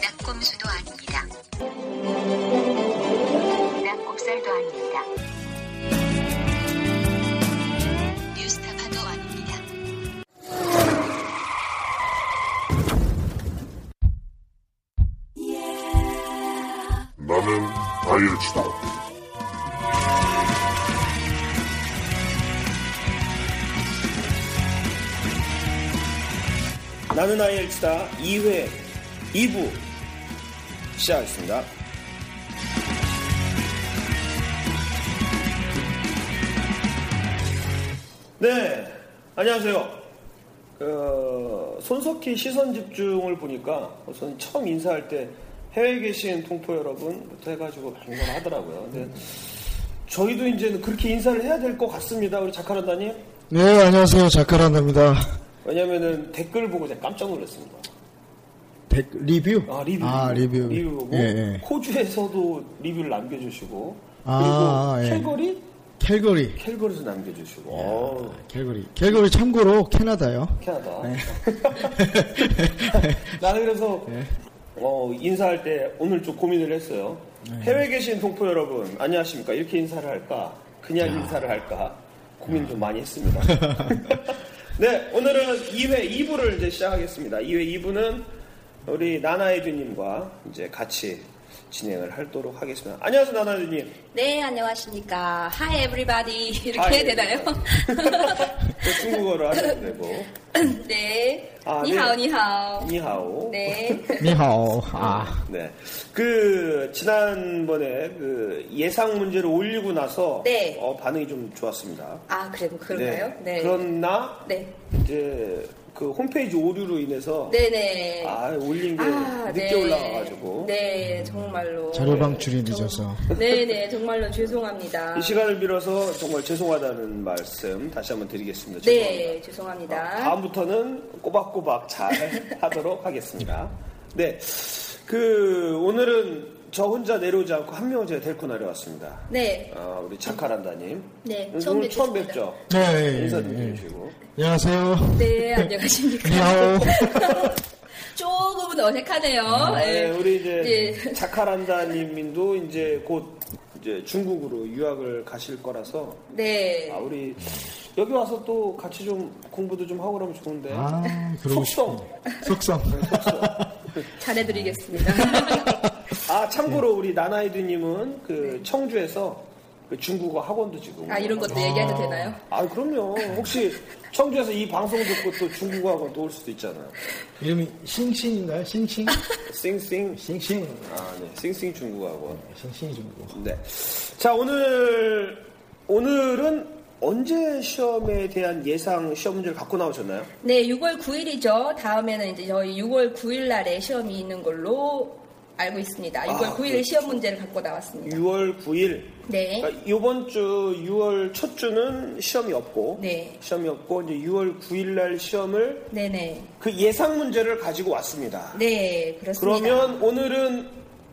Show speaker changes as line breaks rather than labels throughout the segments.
낙곰수도 아닙니다. 낙곱살도 아닙니다. 뉴스타파도 아닙니다.
나는 다이어트다.
나는 아이엘 치다 2회 2부 시작하겠습니다. 네, 안녕하세요. 그, 손석희 시선 집중을 보니까 우선 처음 인사할 때 해외에 계신 통포 여러분부터 해가지고 많이 걸 하더라고요. 근데 저희도 이제는 그렇게 인사를 해야 될 것 같습니다. 우리 작가란다님.
네, 안녕하세요. 작가란답니다.
왜냐면은 댓글 보고 제가 깜짝 놀랐습니다.
백, 리뷰?
아 리뷰
아, 리뷰.
보고
예, 예.
호주에서도 리뷰를 남겨주시고
아,
그리고
예.
캘거리
캘거리.
캘거리에서 남겨주시고 어우,
캘거리. 캘거리 참고로 캐나다요.
캐나다
네.
나는 그래서 어, 인사할 때 오늘 좀 고민을 했어요 해외 계신 동포 여러분 안녕하십니까 이렇게 인사를 할까 그냥 인사를 할까 고민 좀 많이 했습니다 네 오늘은 2회 2부를 이제 시작하겠습니다 2회 2부는 우리 나나에듀님과 이제 같이 진행을 하도록 하겠습니다 안녕하세요 나나에듀님
네, 안녕하십니까. Hi, everybody. 이렇게
아, 예.
해야 되나요?
또 중국어로 하셔도 되고
네.
아,
니하오,
네.
니하오.
니하오
네.
니하오. 아.
네. 그 지난번에 그 예상 문제를 올리고 나서
네.
어, 반응이 좀 좋았습니다.
아, 그래, 뭐 그런가요? 네.
그러나
네.
이제 그 홈페이지 오류로 인해서
네네.
아 올린 게 늦게
네.
올라와가지고
네, 정말로.
자료 방출이 늦어서.
네네, 정말로 죄송합니다.
이 시간을 빌어서 정말 죄송하다는 말씀 다시 한번 드리겠습니다. 죄송합니다. 아,
네, 죄송합니다.
다음부터는 꼬박꼬박 잘 하도록 하겠습니다. 네. 그 오늘은 저 혼자 내려오지 않고 한 명을 제가 데리고 내려왔습니다.
네.
아, 우리 착카란다님.
네,
오늘
처음
처음
뵙겠습니다.
뵙죠.
네, 예,
인사 좀
예, 예.
해주시고.
안녕하세요.
네, 안녕하십니까.
니하오. 아.
조금은 어색하네요.
네,
네.
우리 이제
예.
착카란다님도 이제 곧 이제 중국으로 유학을 가실 거라서
네.
아, 우리 여기 와서 또 같이 좀 공부도 좀 하고 그러면 좋은데.
아, 그러고
속성.
싶- 속성.
잘해드리겠습니다.
아
예.
참고로 우리 나나이드님은 그 청주에서 그 중국어 학원도 지금.
네. 아, 이런 것도 얘기해도 되나요?
아 그럼요. 혹시 청주에서 이 방송 듣고 또 중국어 학원 또 올 수도 있잖아요.
이름이 싱싱인가요? 싱싱?
싱싱.
싱싱. 뭐.
아 네. 싱싱 중국어 학원.
싱싱이 정도.
네. 자, 오늘, 오늘은 언제 시험에 대한 예상 시험 문제를 갖고 나오셨나요?
네, 6월 9일이죠. 다음에는 이제 저희 6월 9일 날에 시험이 있는 걸로 알고 있습니다. 6월
아,
9일 에 시험 문제를 갖고 나왔습니다.
6월 9일.
네.
네. 그러니까 요번 주 6월 첫 주는 시험이 없고.
네.
시험이 없고, 이제 6월 9일 날 시험을
네네.
그 예상 문제를 가지고 왔습니다.
네, 그렇습니다.
그러면 오늘은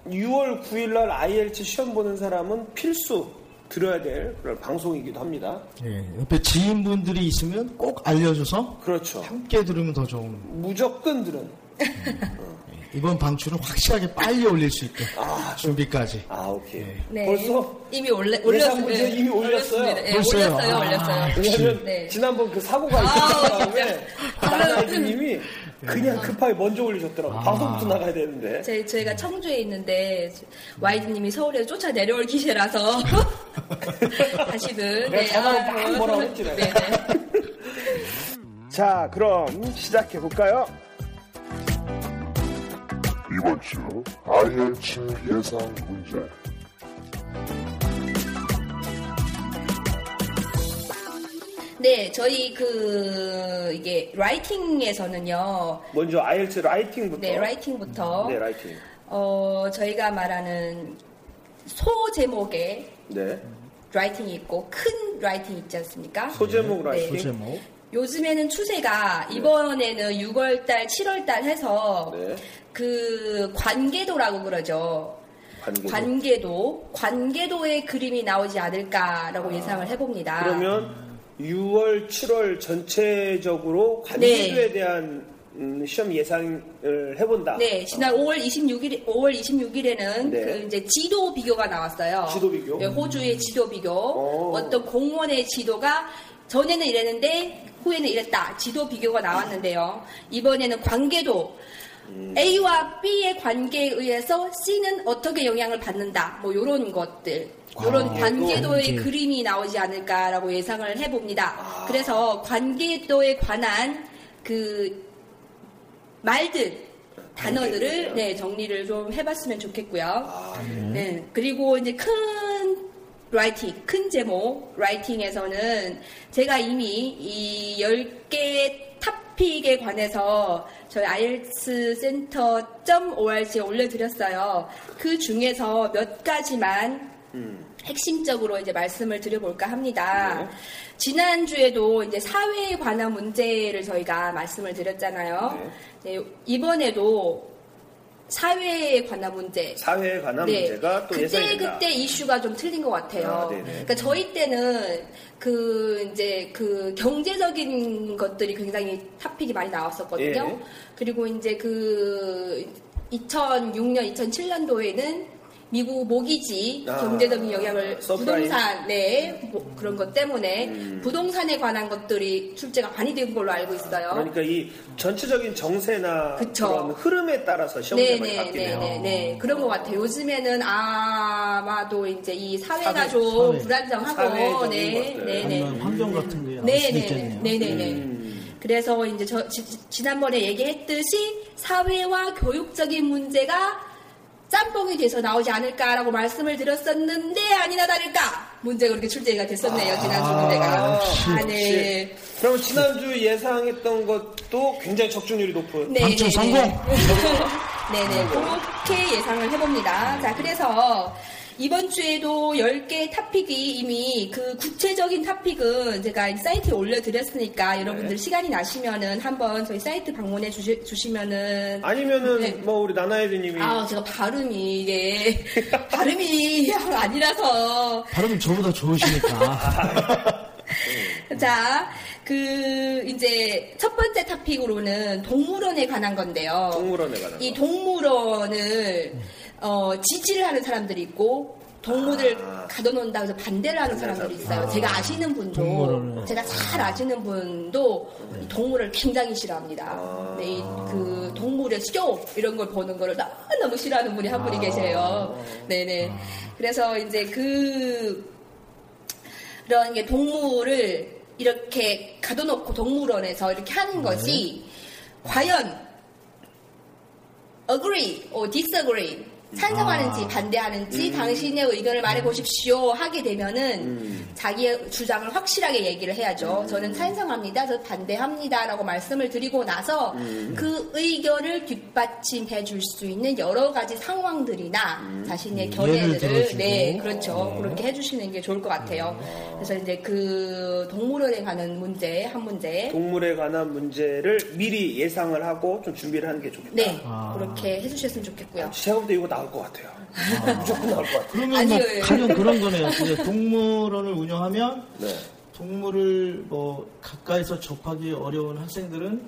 6월 9일 날 ILT 시험 보는 사람은 필수 들어야 될 그런 방송이기도 합니다.
예, 옆에 지인분들이 있으면 꼭 알려줘서
그렇죠.
함께 들으면 더 좋은.
무조건 들은.
이번 방출은 확실하게 빨리 올릴 수 있게.
아,
준비까지.
아, 오케이.
네.
벌써
이미 올려,
예상
올렸어요.
문제 이미 올렸어요.
네,
벌써요?
올렸어요,
아.
올렸어요.
왜냐면
네.
지난번 그 사고가 있었던 다음에
아,
나나이님이 그냥 급하게 먼저 올리셨더라고 요 방송부터 나가야 되는데
제, 저희가 청주에 있는데 와이드님이 서울에 쫓아 내려올 기세라서 다시는
내가 전화로 막
그건-
뭐라고 했지, 내가.
네, 네.
자 그럼 시작해 볼까요?
이번 주 아이엘치 예상 문제.
네, 저희 그 이게 라이팅에서는요.
먼저 IELTS 라이팅부터
네, 라이팅부터
어? 네, 라이팅
어, 저희가 말하는 소 제목의
네.
라이팅이 있고 큰 라이팅 있지 않습니까?
소제목 라이팅.
네.
소제목.
요즘에는 추세가 이번에는 6월달, 7월달 해서
네.
그 관계도라고 그러죠.
관계도. 아.
관계도, 관계도의 그림이 나오지 않을까라고 예상을 해봅니다.
그러면 6월, 7월 전체적으로 관계도에 대한 음, 시험 예상을 해본다.
네, 지난 5월 26일, 5월 26일에는
네.
그 이제 지도 비교가 나왔어요.
지도 비교?
네, 호주의 지도 비교.
오.
어떤 공원의 지도가 전에는 이랬는데 후에는 이랬다. 지도 비교가 나왔는데요. 이번에는 관계도.
음.
A와 B의 관계에 의해서 C는 어떻게 영향을 받는다. 뭐 요런 것들. 요런
관계.
관계도의 그림이 나오지 않을까라고 예상을 해봅니다.
아.
그래서 관계도에 관한 그 말들 단어들을 네, 정리를 좀 해봤으면 좋겠고요. 네, 그리고 이제 큰 라이팅, 큰 제목 라이팅에서는 제가 이미 이 10개의 탑픽에 관해서 저희 IELTS센터.org에 올려드렸어요. 그 중에서 몇 가지만 핵심적으로 이제 말씀을 드려볼까 합니다. 지난주에도 이제 사회에 관한 문제를 저희가 말씀을 드렸잖아요. 네, 이번에도 사회에 관한 문제.
사회에 관한 문제가 또
네. 그때
예상이 된다.
그때 이슈가 좀 틀린 것
아,
같아요.
네네.
그러니까 저희 때는 그 이제 그 경제적인 것들이 굉장히 탑픽이 많이 나왔었거든요.
예.
그리고 이제 그 2006년, 2007년도에는 미국 모기지
아,
경제적인 영향을
서프라임.
부동산 네 뭐 그런 것 때문에
음.
부동산에 관한 것들이 출제가 많이 된 걸로 알고 있어요.
그러니까 이 전체적인 정세나
그쵸.
그런 흐름에 따라서 시험 제목이 바뀌네요.
네네네네 그런 것 같아요. 요즘에는 아마도 이제 이 사회가
사회,
좀
사회.
불안정하고
사회적인
네
것들.
네네
아니면 환경 같은 게 나올 수도
네네
있겠네요.
네네네.
음.
그래서 이제 저 지, 난번에 얘기했듯이 사회와 교육적인 문제가 짬뽕이 돼서 나오지 않을까라고 말씀을 드렸었는데 아니나 다를까 문제가 그렇게 출제가 됐었네요 지난주 문제가
역시,
아, 네.
아, 역시. 그럼 지난주 예상했던 것도 굉장히 적중률이 높은
네,
당첨
네,
성공!
네, 네. 그렇게 예상을 해봅니다. 자, 그래서 이번 주에도 10개의 탑픽이 이미 그 구체적인 탑픽은 제가 이 사이트에
네.
올려드렸으니까 여러분들 시간이 나시면은 한번 저희 사이트 방문해 주시, 주시면은
아니면은
네.
뭐 우리 나나에드님이
아, 제가 발음이 이게 발음이 아니라서
발음이 저보다 아, 좋으시니까.
자, 그 이제 첫 번째 탑픽으로는 동물원에 관한 건데요.
동물원에 관한
이
거.
동물원을 어, 지지를 하는 사람들이 있고 동물을
아.
가둬놓는다 해서 반대를 하는 사람들이 있어요. 제가 아시는 분도
동물원을.
제가 잘 아시는 분도 이 동물을 굉장히 싫어합니다. 네, 이그 동물의 수교 이런 걸 보는 거를 너무 싫어하는 분이 한 분이 계세요. 네네. 그래서 이제 그 그런 게 동물을 이렇게 가둬놓고 동물원에서 이렇게
네.
하는 것이 과연 agree or disagree 찬성하는지 반대하는지 당신의 의견을 말해 보십시오 하게 되면은 자기의 주장을 확실하게 얘기를 해야죠. 저는 찬성합니다. 저 반대합니다라고 말씀을 드리고 나서 그 의견을 뒷받침해 줄 수 있는 여러 가지 음. 상황들이나 자신의
예를
견해들을
들어주고.
네 음. 그렇죠 그렇게 해주시는 게 좋을 것 같아요. 그래서 이제 그 동물원에 관한 문제 한 문제
동물에 관한 문제를 미리 예상을 하고 좀 준비를 하는 게 좋겠다.
네
아.
그렇게 해주셨으면 좋겠고요.
제가 볼때 이거 나올 것 같아요. 무조건 나올 것 같아요.
그러면
아니요,
뭐
예.
가령 그런 거네요. 이제 동물원을 운영하면
네.
동물을 뭐 가까이서 접하기 어려운 학생들은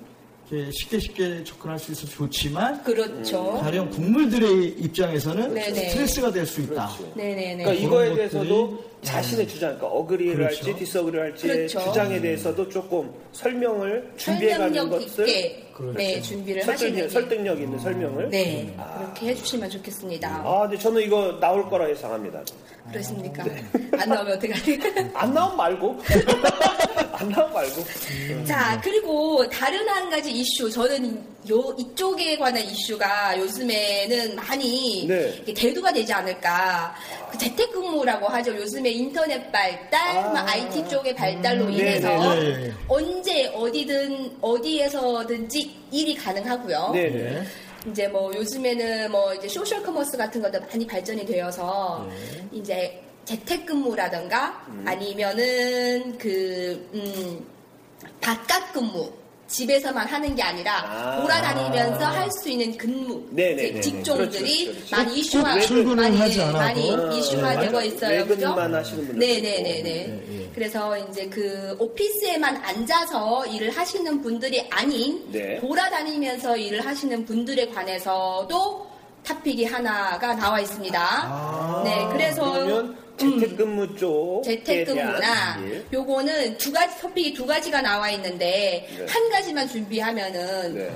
이렇게 쉽게 쉽게 접근할 수 있어서 좋지만
그렇죠.
음.
가령 동물들의 입장에서는
네네.
스트레스가 될 수 있다. 그렇죠.
네네네.
그러니까 이거에
그런
대해서도
것들이-
자신의 주장, 그러니까 어그리를
그렇죠.
할지 디스어그리를 할지
그렇죠.
주장에 대해서도 조금 설명을 준비해가는
설명력
것을
있게 네, 준비를 하시는
설득력,
게.
설득력 있는 설명을.
네, 그렇게 해주시면 좋겠습니다.
아, 근데 저는 이거 나올 거라 예상합니다.
그러십니까?
네.
안 나오면 어떡하지?
안 나온 말고. 안 나온 말고. 그렇죠.
자, 그리고 다른 한 가지 이슈, 저는 요, 이쪽에 관한 이슈가 요즘에는 많이
네.
이게 대두가 되지 않을까. 그 재택근무라고 하죠. 요즘에 인터넷 발달,
아.
막 IT 쪽의 발달로
네,
인해서
네, 네.
언제 어디든 어디에서든지 일이 가능하고요.
네, 네.
이제 뭐 요즘에는 뭐 이제 소셜 커머스 같은 것도 많이 발전이 되어서
네.
이제 재택근무라든가
음.
아니면은 그 음, 바깥 근무 집에서만 하는 게 아니라
아.
돌아다니면서 할 수 있는 근무
네네네네.
직종들이
그렇죠, 그렇죠.
많이 이슈화
출근은
많이,
하지 않아도.
많이 이슈화 되고 있어요. 그죠?
어, 네.
네.
외근만 하시는 분들.
네네네네. 그래서 이제 그 오피스에만 앉아서 일을 하시는 분들이 아닌
네.
돌아다니면서 일을 하시는 분들에 관해서도 탑픽이 하나가 나와 있습니다. 네, 그래서
아,
음,
그러면 재택근무 쪽에
재택근무나
대한 예. 일.
요거는 두 가지 탑픽이 두 가지가 나와 있는데
네.
한 가지만 준비하면은
네.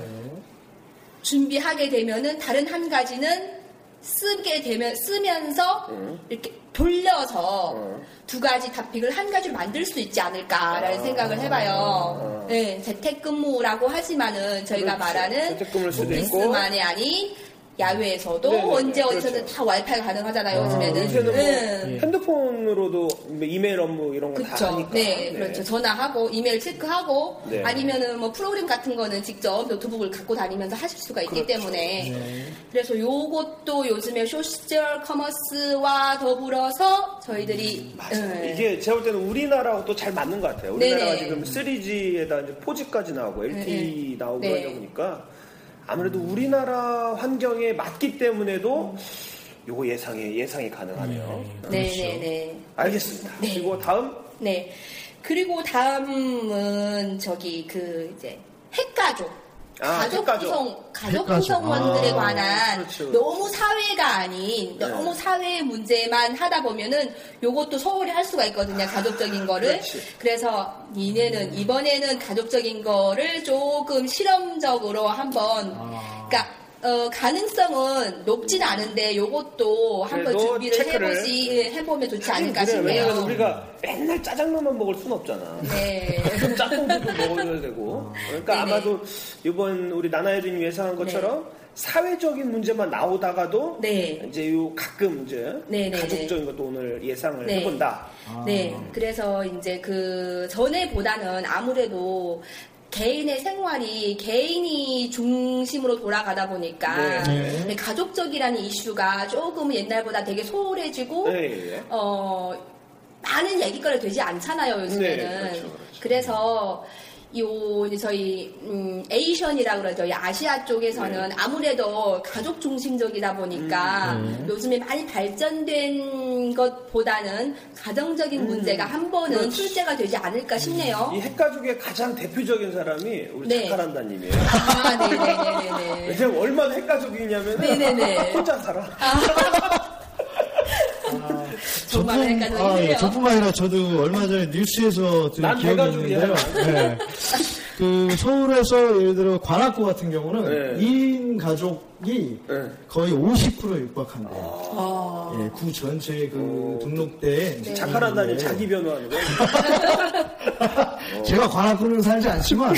준비하게 되면은 다른 한 가지는 쓰게 되면 쓰면서
음.
이렇게 돌려서
음.
두 가지 탑픽을 한 가지로 만들 수 있지
아.
않을까라는 생각을 해봐요. 네, 재택근무라고 하지만은 저희가
그렇죠.
말하는
재택근무일 수도 있고.
오피스만이 아닌 야외에서도
네네네,
언제 어디서든
그렇죠.
다 와이파이 가능하잖아요. 요즘에는.
요새는 뭐
네.
핸드폰으로도 뭐 이메일 업무 이런 거 다
그렇죠.
하니까.
네, 그렇죠. 전화하고 이메일 체크하고
네.
아니면은 뭐 프로그램 같은 거는 직접 노트북을 갖고 다니면서 하실 수가 있기
그렇죠.
때문에
네.
그래서 요것도 요즘에 소셜 커머스와 더불어서
음,
저희들이
맞아요.
예.
이게 제가 볼 때는 우리나라하고 또 잘 맞는 것 같아요. 우리나라가
네네.
지금 3G에다 이제 4G까지 나오고 LTE 나오고
네.
하다 보니까 아무래도 우리나라 환경에 맞기 때문에도 요거 예상이 예상이 가능하네요. 그렇죠.
네네네.
알겠습니다. 그리고 다음
네. 그리고 다음은 저기 그 이제 핵가족.
아,
가족
핵가족.
구성, 가족
핵가족.
구성원들에
아,
관한
그렇죠. 네.
너무 사회가 아닌 너무 사회의 문제만 하다 보면은 요것도 소홀히 할 수가 있거든요. 가족적인 거를.
아, 그렇지.
그래서 이내는
음.
이번에는 가족적인 거를 조금 실험적으로 한번
아.
그러니까 어, 가능성은 높진 않은데 요것도 한번
그래도
준비를
체크를.
해보시 예, 해보면 좋지 않을까
그래, 왜냐면
싶네요.
우리가 맨날 짜장면만 먹을 순 없잖아.
네.
좀 짝꿍도 먹어줘야 되고. 그러니까
네네.
아마도 이번 우리 나나예린이 예상한 것처럼 사회적인 문제만 나오다가도
네.
이제 요 가끔 이제
네네네.
가족적인 것도 오늘 예상을
네.
해본다.
네, 그래서 이제 그 전에보다는 아무래도 개인의 생활이 개인이 중심으로 돌아가다 보니까
네.
네, 가족적이라는 이슈가 조금 옛날보다 되게 소홀해지고
예, 예.
어, 많은 얘기거리 되지 않잖아요 요즘에는.
네, 그렇죠, 그렇죠.
래서요 이제 저희 음, 에이션이라고 그러죠. 이 아시아 쪽에서는
네.
아무래도 가족 중심적이다 보니까
음,
요즘에 많이 발전된 것보다는 가정적인
음,
문제가 한 번은 출제가 되지 않을까 싶네요.
이 핵가족의 가장 대표적인 사람이 우리
네.
자카란다님이에요.
아, 네네네네네.
왜냐면 얼마나 핵가족이냐면
네네네.
혼자 살아.
정말
저뿐-
헷갈리네요.
아, 예, 저뿐만 아니라 저도 얼마 전에 뉴스에서 들은
난
기억이
돼가지고
있는데요. 네. 그 서울에서 예를 들어 관악구 같은 경우는
네.
2인 가족이
네.
거의 50%에 육박한대요.
아.
예, 구 전체의 그 등록대에
자카란다님
있는데
자기 변호하는 거예요.
네.
어.
제가 관악구는 살지 않지만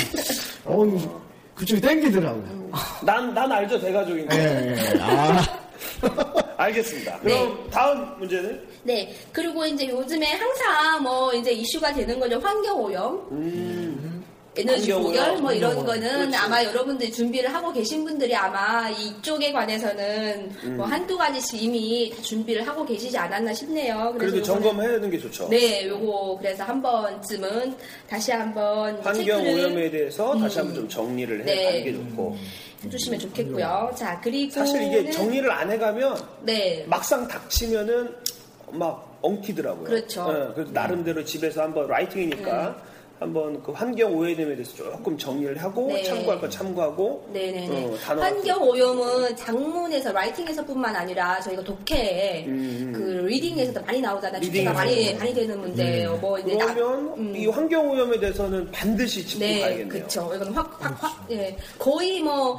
어, 그쪽이
음.
땡기더라고요.
난, 난 알죠, 대가족인 거.
예, 예. 아,
알겠습니다. 그럼 다음 문제는?
네. 그리고 이제 요즘에 항상 뭐 이제 이슈가 되는 거죠. 환경 오염. 음. 에너지
환경 오염,
고결 뭐 이런
환경 오염.
거는 아마 여러분들이 준비를 하고 계신 분들이 아마 이쪽에 관해서는
음.
뭐 한두 가지씩 이미 다 준비를 하고 계시지 않았나 싶네요. 그래서
그래도
요거는-
점검해야 되는 게 좋죠.
네, 요거 그래서 한 번쯤은 다시 한번
환경
체크를 음.
오염에 대해서 다시 한번 좀 정리를
네.
해가는 게 좋고.
해주시면 좋겠고요. 자, 그리고
사실 이게 정리를 안 해가면
네,
막상 닥치면은 막 엉키더라고요.
그렇죠. 네.
예, 그래서 나름대로 집에서 한번 라이팅이니까 한번 그 환경 오염에 대해서 조금 정리를 하고
네.
참고할 거 참고하고
네네네.
어, 단어
환경 오염은 장문에서 라이팅에서뿐만 아니라 저희가 독해
음, 음.
그 리딩에서도 많이 나오잖아요.
리딩에서.
주제가
음.
많이 많이 되는 문제예요. 뭐 이제 나-
그러면
음.
이 환경 오염에 대해서는 반드시 짚고
네,
가야겠네요.
그렇죠. 이건 확, 확, 확, 예, 거의 뭐,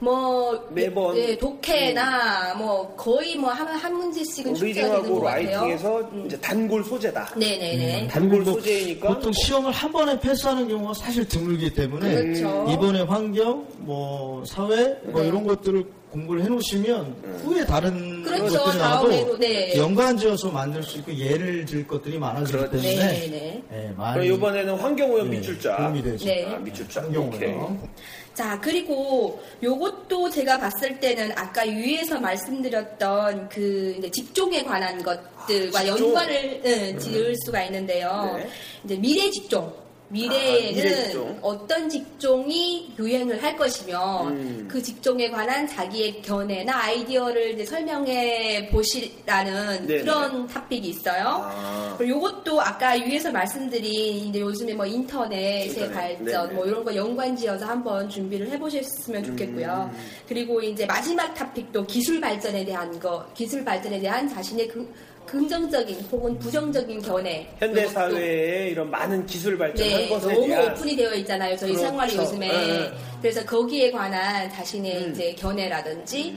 뭐,
매번. 음.
예, 독해나, 뭐, 거의 뭐, 하면 한 문제씩은 출제가 되는 것
리딩하고
같아요. 음.
라이팅에서 이제 단골 소재다.
네네네.
단골
뭐
소재이니까
보통 시험을 한 번에 패스하는 경우가 사실 드물기 때문에
그렇죠.
네.
이번에 환경, 뭐 사회, 뭐 이런 것들을 공부를 해놓으시면 후에 다른
그렇죠.
것들이
다음에도,
나와도
네.
연관지어서 만들 수 있고 예를 들 것들이 많아지기
그렇죠.
때문에
네, 네.
예,
그럼
많이
이번에는 환경오염
네,
밑줄자.
도움이 되죠.
네.
아, 밑줄자. 오케이.
환경오염.
자, 그리고 요것도 제가 봤을 때는 아까 위에서 말씀드렸던 그 이제 직종에 관한 것들과
아, 직종. 음.
연관을 응, 지을 수가 있는데요.
네.
이제 미래 직종.
아,
미래에는
미래 직종.
어떤 직종이 유행을 할 것이며
음.
그 직종에 관한 자기의 견해나 아이디어를 이제 설명해 보시라는
네네.
그런 탑픽이 있어요.
아.
그리고 요것도 아까 위에서 말씀드린 이제 요즘에 뭐 인터넷의
인터넷.
발전
네네.
뭐 이런 거 연관지어서 한번 준비를 해보셨으면 좋겠고요.
음.
그리고 이제 마지막 탑픽도 기술 발전에 대한 거, 기술 발전에 대한 자신의 긍, 긍정적인 혹은 부정적인 견해.
현대
요것도,
사회에 이런 많은 기술 발전한
네,
것에
너무
대한
오픈이 되어 있잖아요. 저희
그렇죠.
생활이 요즘에.
네.
그래서 거기에 관한 자신의
음.
이제 견해라든지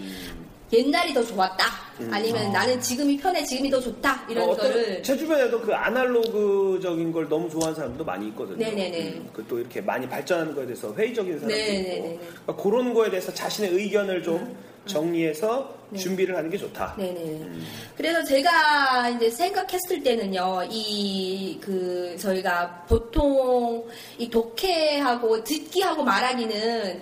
옛날이 더 좋았다. 아니면 나는 지금이 편해, 지금이 더 좋다. 이런
음. 어, 어떤
거를.
제 주변에도 그 아날로그적인 걸 너무 좋아하는 사람도 많이 있거든요. 음,
네네네.
그또 이렇게 많이 발전하는 거에 대해서 회의적인 사람도
네네네네.
있고 그러니까 그런 거에 대해서 자신의 의견을 좀 정리해서 준비를 하는 게 좋다.
네. 네네.
음.
그래서 제가 이제 생각했을 때는요, 이 그 저희가 보통 이 독해하고 듣기하고 말하기는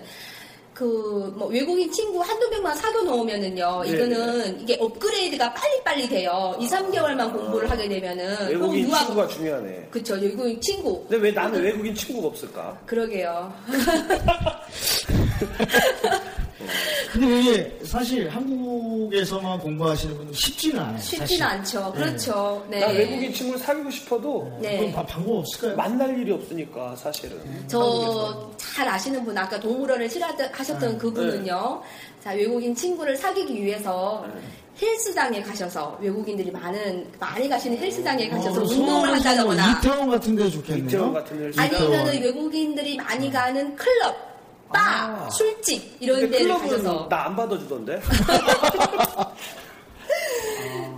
그 뭐 외국인 친구 한두 명만 사귀어 놓으면은요,
네네. 아.
이거는 이게 업그레이드가 빨리빨리 돼요. 2, 3개월만 공부를 하게 되면은
외국인
혹은 유학-
친구가 네. 중요하네.
그쵸, 외국인 친구.
근데 왜 나는 외국인 친구가 없을까?
그러게요.
근데 이게 사실 한국에서만 공부하시는 분은 쉽지는 않아요. 사실.
쉽지는 않죠. 그렇죠. 네.
나 외국인 친구를 사귀고 싶어도
네.
그럼 바- 방법 없을까요?
만날 일이 없으니까 사실은.
저 잘 아시는 분 아까 동물원을 싫어하셨던
네.
그분은요. 자 외국인 친구를 사귀기 위해서
네.
헬스장에 가셔서 외국인들이 많은 많이 가시는 헬스장에 가셔서
어,
운동을
서울에서 뭐
한다거나
이태원 같은 데 좋겠네요.
이태원 같은 데를
아니면
이태원.
외국인들이 많이 가는 클럽, 바,
아.
술집
네. 근데
이런 데를
클럽은
가셔서
나 안 받아주던데.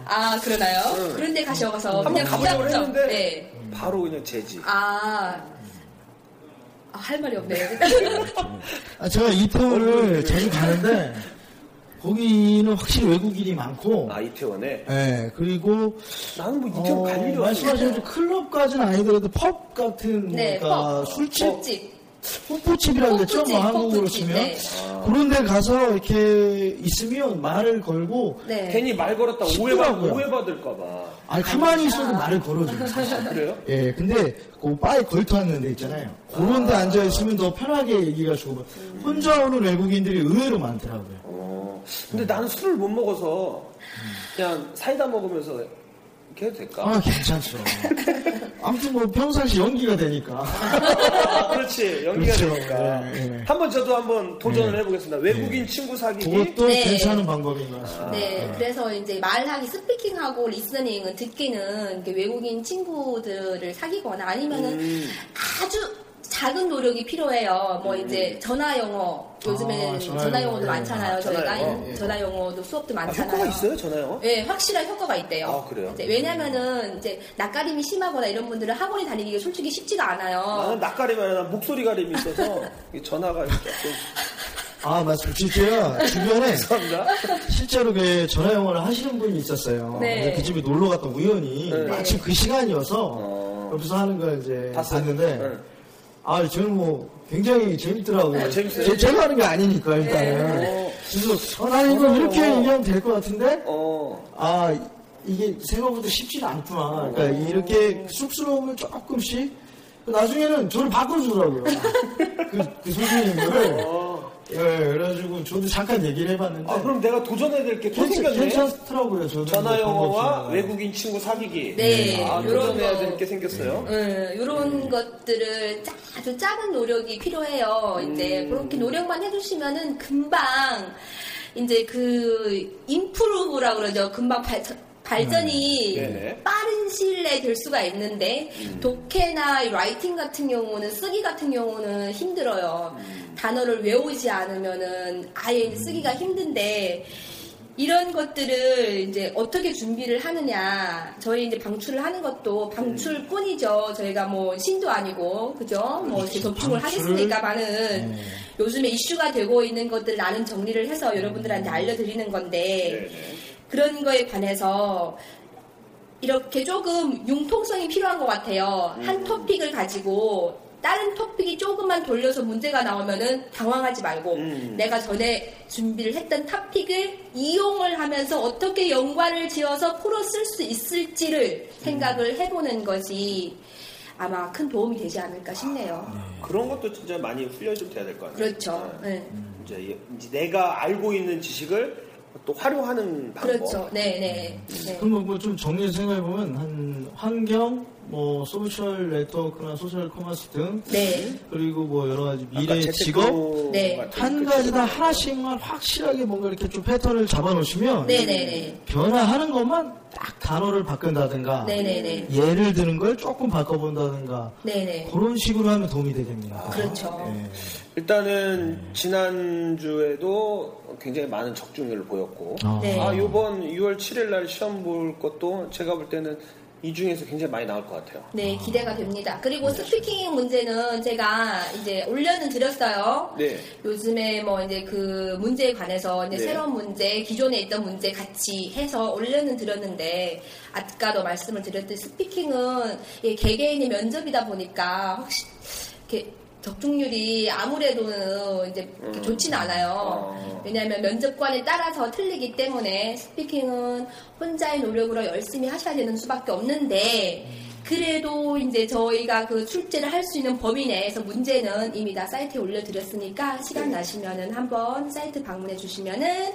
아 그러나요? 그런 데 가셔서
네. 한번
그냥
가보려고
무작정,
했는데
네.
바로 그냥 제지.
아, 아, 할 말이 없네요.
아, 제가 이태원을 자주 가는데 거기는 확실히 외국인이 많고
아 이태원에.
예, 그리고 어,
나는 뭐 이태원 갈 일이
말씀하신
없어.
대로 클럽까지는 아니더라도 펍 같은
음.
네,
그러니까
어.
뭔가
펍,
술집,
술집.
호프집이라고 했죠,
호프집,
뭐 한국으로
호프집,
치면
네.
그런 데 가서 이렇게 있으면 말을 걸고
네.
괜히 말 걸었다 오해받,
시끄러워요.
오해받을까봐.
아니 가만히 있어도 말을 걸어줘요. 사실.
아, 그래요?
예, 근데 그 바에 걸터앉는 데 있잖아요. 그런 데 앉아 있으면 더 편하게 얘기가 주고 혼자 오는 외국인들이 의외로 많더라고요.
어. 근데 나는 술을 못 먹어서 그냥 사이다 먹으면서 이렇게 해도 될까?
아, 괜찮죠. 아무튼 뭐 평상시 연기가 되니까.
아, 그렇지. 연기가
그렇죠.
되니까.
네, 네.
한번 저도 한번 도전을 해보겠습니다. 외국인 친구 사귀기.
그것도
네.
괜찮은 방법인 것
아,
같습니다.
네, 그래서 이제 말하기, 스피킹하고 리스닝은 듣기는 이렇게 외국인 친구들을 사귀거나 아니면은
음.
아주 작은 노력이 필요해요. 뭐
음.
이제 전화 영어 요즘에는
아, 전화
전화
영어.
영어도
예.
많잖아요.
네. 전화
저희가
영어. 예.
전화 영어도 수업도
아,
많잖아요.
효과가 있어요? 전화요?
예, 확실한 효과가 있대요.
아, 그래요?
이제 왜냐면은 이제 낯가림이 심하거나 이런 분들은 학원에 다니기가 솔직히 쉽지가 않아요.
나는 낯가림이 아니라 목소리 가림이 있어서 이 전화가 조금
아, 맞습니다. 제가 주변에
감사합니다.
실제로 그 전화 영어를 하시는 분이 있었어요.
네.
근데 그 집에 놀러 갔던 우연히 마침 그 시간이어서
네. 어.
옆에서 하는 걸 이제
봤어요?
봤는데
네.
아, 저는 뭐 굉장히 재밌더라고요.
아, 재밌어요?
제, 제가 하는 게 아니니까 일단은.
네.
그래서 어, 나는 이거 이렇게
전화 영어.
얘기하면 될 것 같은데
어.
아 이게 생각보다 쉽지는 않구나. 그러니까
음.
이렇게 쑥스러움을 조금씩 나중에는 저를 바꿔주더라고요. 그, 그 선생님을 예, 그래가지고 저도 잠깐 얘기를 해봤는데
어. 아, 그럼 내가 도전해야 될 게 또
괜찮,
생겼네.
괜찮더라고요. 저도
전화
뭐
영어와
방법처럼.
외국인 친구 사귀기.
네.
아,
요런
도전해야
거.
될 게 생겼어요.
이런 예,
음.
것들을 짜- 아주 작은 노력이 필요해요. 이제
음.
그렇게 노력만 해주시면은 금방 이제 그 임프루브라 그러죠. 금방 발, 발전이
아, 네네. 음.
빠른 시일 내에 될 수가 있는데 독해나 이 라이팅 같은 경우는 쓰기 같은 경우는
음.
힘들어요. 단어를 외우지 않으면은 아예 쓰기가 힘든데 이런 것들을 이제 어떻게 준비를 하느냐. 저희 이제 방출을 하는 것도 방출뿐이죠. 저희가 뭐 신도 아니고, 그죠? 네. 뭐 이렇게 접촉을
방출.
하겠습니까? 많은 요즘에 이슈가 되고 있는 것들 나는 정리를 해서 여러분들한테 알려드리는 건데, 그런 거에 관해서 이렇게 조금 융통성이 필요한 것 같아요.
음.
한 토픽을 가지고 다른 토픽이 조금만 돌려서 문제가 나오면은 당황하지 말고
음.
내가 전에 준비를 했던 토픽을 이용을 하면서 어떻게 연관을 지어서 풀어 쓸 수 있을지를
음.
생각을 해보는 것이 아마 큰 도움이 되지 않을까 싶네요.
그런 것도 진짜 많이 훈련이 좀 돼야 될 거 아니에요?
그렇죠.
아, 네.
네.
이제, 이- 이제 내가 알고 있는 지식을 또 활용하는 방법.
그렇죠. 네, 네. 네.
그럼 뭐 좀 정리해서 생각해보면 한 환경, 뭐 소셜 네트워크나 소셜 커머스 등
네.
그리고 뭐 여러 가지
아까
미래
그러니까 재테크
직업
네.
같은
한
그-
가지 다 하나씩만 확실하게 뭔가 이렇게 좀 패턴을 잡아놓으시면
네, 네, 네.
변화하는 것만 딱 단어를 바꾼다든가
아,
네, 네, 네.
예를 드는 걸 조금 바꿔본다든가
네, 네.
그런 식으로 하면 도움이
아,
되겠네요.
그렇죠.
네.
일단은 지난주에도 굉장히 많은 적중률을 보였고
아.
네.
아 요번 6월 7일 날 시험 볼 것도 제가 볼 때는 이 중에서 굉장히 많이 나올 것 같아요. 네.
네, 기대가 됩니다. 그리고 스피킹 문제는 제가 이제 올려는 드렸어요.
네.
요즘에 뭐 이제 그 문제에 관해서 이제
네.
새로운 문제, 기존에 있던 문제 같이 해서 올려는 드렸는데 아까도 말씀을 드렸듯이 스피킹은 이게 개개인이 면접이다 보니까 혹시 이렇게 적중률이 아무래도는 이제
음.
이렇게 좋진 않아요.
어.
왜냐하면 면접관에 따라서 틀리기 때문에 스피킹은 혼자의 노력으로 열심히 하셔야 되는 수밖에 없는데 그래도 이제 저희가 그 출제를 할 수 있는 범위 내에서 문제는 이미 다 사이트에 올려드렸으니까 시간 나시면은 한번 사이트 방문해 주시면은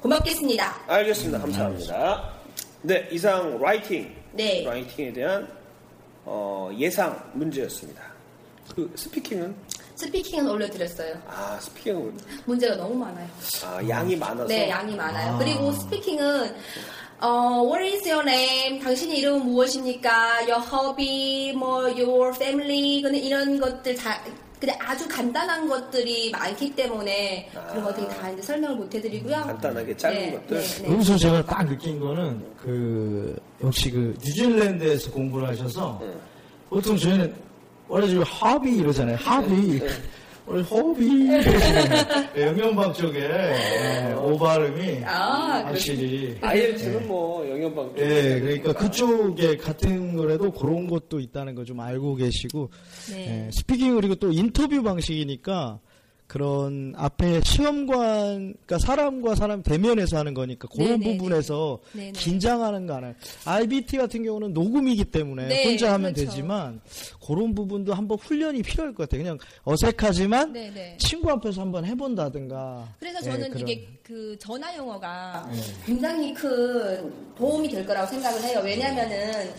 고맙겠습니다.
알겠습니다. 감사합니다. 네 이상 라이팅
네.
라이팅에 대한 어, 예상 문제였습니다. 그 스피킹은
스피킹은 올려드렸어요.
아 스피킹은
문제가 너무 많아요.
아, 양이 많아서
네, 양이 많아요. 그리고 스피킹은 어, what is your name? 당신의 이름은 무엇입니까? your hobby, 뭐 your family, 그냥 이런 것들 다 근데 아주 간단한 것들이 많기 때문에 그런 것들이 다 이제 설명을 못 해드리고요.
아. 간단하게 짧은
네,
것들.
네, 네.
여기서 제가 딱 느낀 거는 그 역시 그 뉴질랜드에서 공부를 하셔서 보통 저희는 원래 지금 허비 이러잖아요. 허비. 원래 허비 네, 영영방 쪽에 예, 오 발음이
아,
확실히
IELTS는 뭐 영연방 쪽.
예, 그러니까 그쪽에 같은 거라도 그런 것도 있다는 거 좀 알고 계시고
네.
예, 스피킹 그리고 또 인터뷰 방식이니까 그런 앞에 시험관 그러니까 사람과 사람 대면에서 하는 거니까 그런
네네네.
부분에서
네네.
긴장하는 거 하나요. IBT 같은 경우는 녹음이기 때문에
네,
혼자 하면
그렇죠.
되지만 그런 부분도 한번 훈련이 필요할 것 같아요. 그냥 어색하지만
네네.
친구 앞에서 한번 해본다든가.
그래서
예,
저는
그런. 네.
이게 그 전화 용어가 굉장히 큰 도움이 될 거라고 생각을 해요. 왜냐면은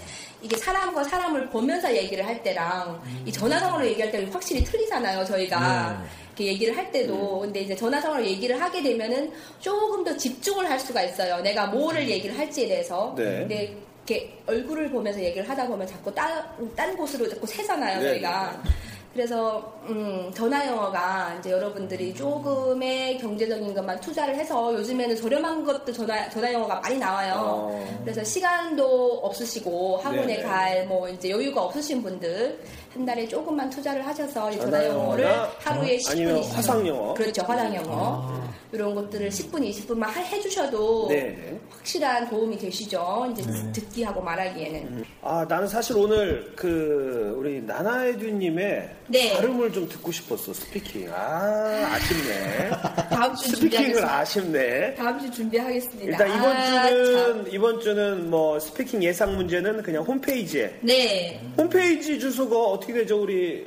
이게 사람과 사람을 보면서 얘기를 할 때랑
음.
이 전화상으로 얘기할 때는 확실히 틀리잖아요, 저희가.
네.
이렇게 얘기를 할 때도. 근데 이제 전화상으로 얘기를 하게 되면은 조금 더 집중을 할 수가 있어요. 내가
음.
뭐를 얘기를 할지에 대해서.
네.
근데 이렇게 얼굴을 보면서 얘기를 하다 보면 자꾸 딴, 딴 곳으로 자꾸 새잖아요,
네,
저희가.
네, 네.
그래서 음, 전화 영어가 이제 여러분들이 조금의 경제적인 것만 투자를 해서 요즘에는 저렴한 것도 전화 전화 영어가 많이 나와요.
어.
그래서 시간도 없으시고 학원에
네네.
갈 뭐 이제 여유가 없으신 분들 한 달에 조금만 투자를 하셔서 이 전화
전화
영어를
영어나
하루에 10분
아니면
20분.
화상 영어. 아.
그렇죠 화상 영어 이런 것들을 10분 20분만 해주셔도
네네.
확실한 도움이 되시죠. 이제 듣기하고 말하기에는
아 나는 사실 오늘 그 우리 나나에듀님의
네.
발음을 좀 듣고 싶었어 스피킹. 아 아쉽네.
다음 주
스피킹을
준비하겠습니다.
아쉽네.
다음 주 준비하겠습니다.
일단 이번
아, 참.
주는 이번 주는 뭐 스피킹 예상 문제는 그냥 홈페이지에
네.
홈페이지 주소가 어떻게 되죠 우리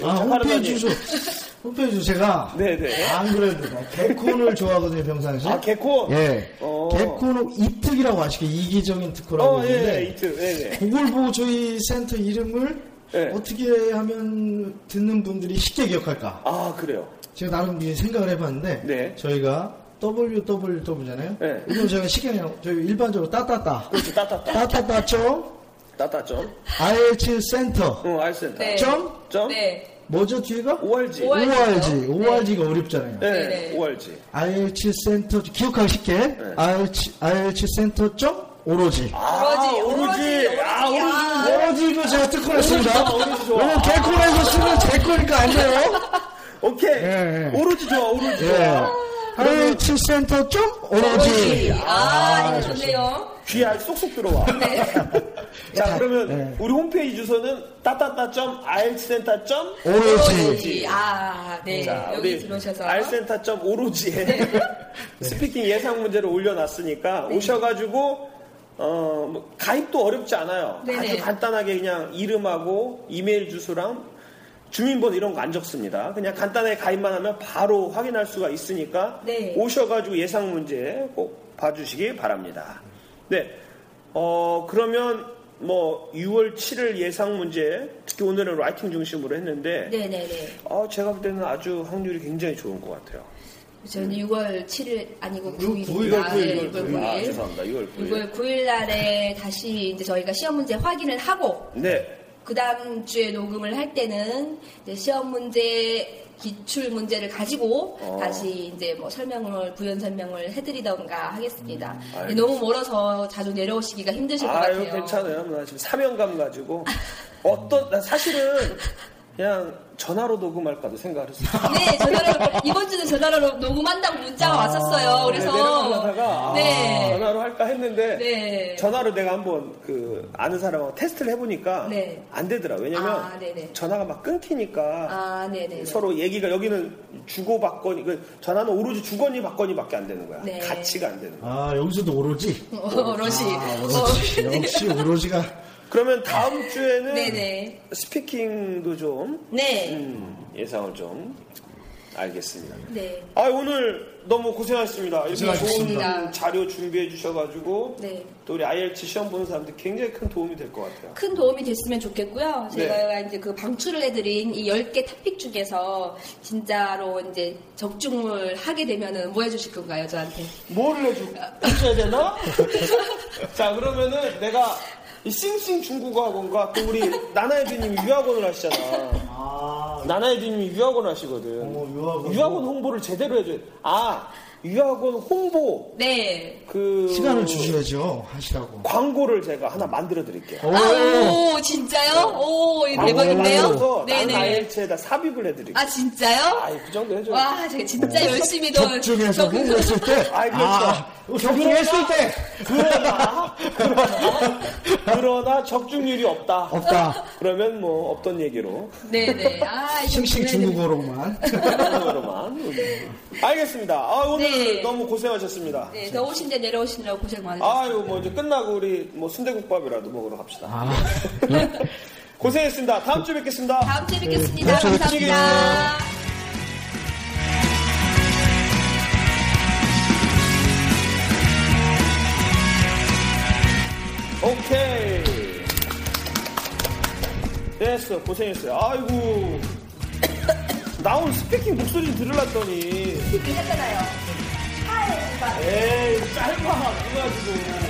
아,
작가님?
홈페이지 주소. 홈페이지 주소 제가
네네.
안 그래도 개콘을 좋아하거든요, 평상시.
아 개콘
예.
어.
개콘 이특이라고 아시죠? 이기적인 특허라고
어
있는데
예, 이틀 네네
그걸 보고 저희 센터 이름을
예.
어떻게 하면 듣는 분들이 쉽게 기억할까?
아 그래요
제가 나름 이제 생각을 해봤는데
네.
저희가 www잖아요.
예.
이건 저희가 시간이 저희 일반적으로 따따따
그렇죠 따따따
따따따 점
따따 점
IH 센터
어 알겠습니다
네.
점
점
네.
뭐죠 뒤에가?
ORG.
ORG.
ORG. ORG가 어렵잖아요.
네,
네네.
ORG.
IH 센터 기억하기 쉽게
네.
IH IH 센터 점 오로지.
아, 오로지, 오로지,
아,
오로지.
오로지.
오로지로 제가 특허냈습니다.
오로지
오
좋아.
개콘에서 쓰면 제 거니까 안 돼요.
오케이.
예, 예.
오로지 좋아, 오로지
예.
좋아.
IH 센터 점
네.
오로지.
아, 이거 좋네요.
귀에 쏙쏙 들어와.
네.
자, 그러면 우리 홈페이지 주소는 따따따 r c 센터
오로지.
오로지. 아, 네.
네, 자,
여기
우리
들어오셔서. 네.
알센터 오로지에 스피킹 예상 문제를 올려놨으니까 오셔가지고 어, 뭐 가입도 어렵지 않아요.
네네.
아주 간단하게 그냥 이름하고 이메일 주소랑 주민번호 이런 거 안 적습니다. 그냥 간단하게 가입만 하면 바로 확인할 수가 있으니까
네.
오셔가지고 예상 문제 꼭 봐주시기 바랍니다. 네, 어, 그러면 뭐 6월 7일 예상 문제 특히 오늘은 라이팅 중심으로 했는데
네네네.
아, 제가 볼 때는 아주 확률이 굉장히 좋은 것 같아요.
저는 6월 7일 아니고 9일.
구일, 구일,
네, 6월 9일.
아, 죄송합니다. 6월 9일.
6월 9일 날에 다시 이제 저희가 시험 문제 확인을 하고
네.
그 다음 주에 녹음을 할 때는 이제 시험 문제 기출 문제를 가지고
어.
다시 이제 뭐 설명을 부연 설명을 해드리던가 하겠습니다. 네,
음, 알겠습니다.
너무 멀어서 자주 내려오시기가 힘드실 것
아유,
같아요.
괜찮아요. 나 지금 사명감 가지고 어떤, 나 사실은 그냥 전화로 녹음할까도 생각을 했어요.
네, 전화로 이번 주는 전화로 녹음한다고 문자가 왔었어요. 그래서
아, 네, 내려가다가 아,
네,
전화로 할까 했는데
네.
전화로 내가 한번 그 아는 사람하고 테스트를 해보니까
네.
안 되더라. 왜냐면
아, 네네.
전화가 막 끊기니까
아, 네, 네, 네.
서로 얘기가 여기는 주고 받거니 그 전화는 오로지 주거니 받거니밖에 안 되는 거야.
네.
가치가 안 되는 거야.
아 여기서도 오로지.
오롯이.
아,
어,
오로지. 역시 오로지가
그러면 다음 주에는
네. 네네.
스피킹도 좀
네.
음, 예상을 좀 알겠습니다.
네.
아 오늘 너무 고생하셨습니다. 이렇게
고생하셨습니다.
좋은 자료 준비해 주셔가지고
네.
또 우리 IELTS 시험 보는 사람들 굉장히 큰 도움이 될 것 같아요.
큰 도움이 됐으면 좋겠고요.
네.
제가 이제 그 방출을 해드린 이 10개 탑픽 중에서 진짜로 이제 적중을 하게 되면은 뭐 해주실 건가요, 저한테?
뭐를 해주- 해줘야 되나? 자 그러면은 내가 이 싱싱 중국어학원과 또 우리 나나예주님이 유학원을 하시잖아.
아,
나나예주님이 유학원 하시거든.
어, 유학원.
홍보를 제대로 해줘야 돼. 아 유학원 홍보
네.
그
시간을 주셔야죠 하시라고.
광고를 제가 하나 만들어 드릴게요.
오.
아, 오, 진짜요? 오,
어,
이거
네,
대박인데요?
네네.
네네.
아이엘츠에다 삽입을 해드릴게요.
아, 진짜요?
아이 그 정도 해줘.
와, 제가 진짜 열심히 더.
격중에서
더-
홍보했을 네. 때.
아이, 그렇죠.
격중했을 때.
그러나 그러나 그러나 적중률이 없다.
없다.
그러면 뭐 없던 얘기로
네네. 아, 이거
싱싱
보내야
중국어로만.
그러로만. 알겠습니다. 아 오늘
네.
너무 고생하셨습니다.
네, 더우신데 내려오시느라고 고생 많으셨어요.
아유 뭐 이제 끝나고 우리 뭐 순대국밥이라도 먹으러 갑시다.
아, 네.
고생했습니다. 다음 주에 뵙겠습니다.
다음 주에
다음
뵙겠습니다.
주에
감사합니다.
오케이. 됐어, 고생했어요. 아이고. 나온 스피킹 목소리 들으려더니.
했잖아요.
에이, 짧아. 누가 지금.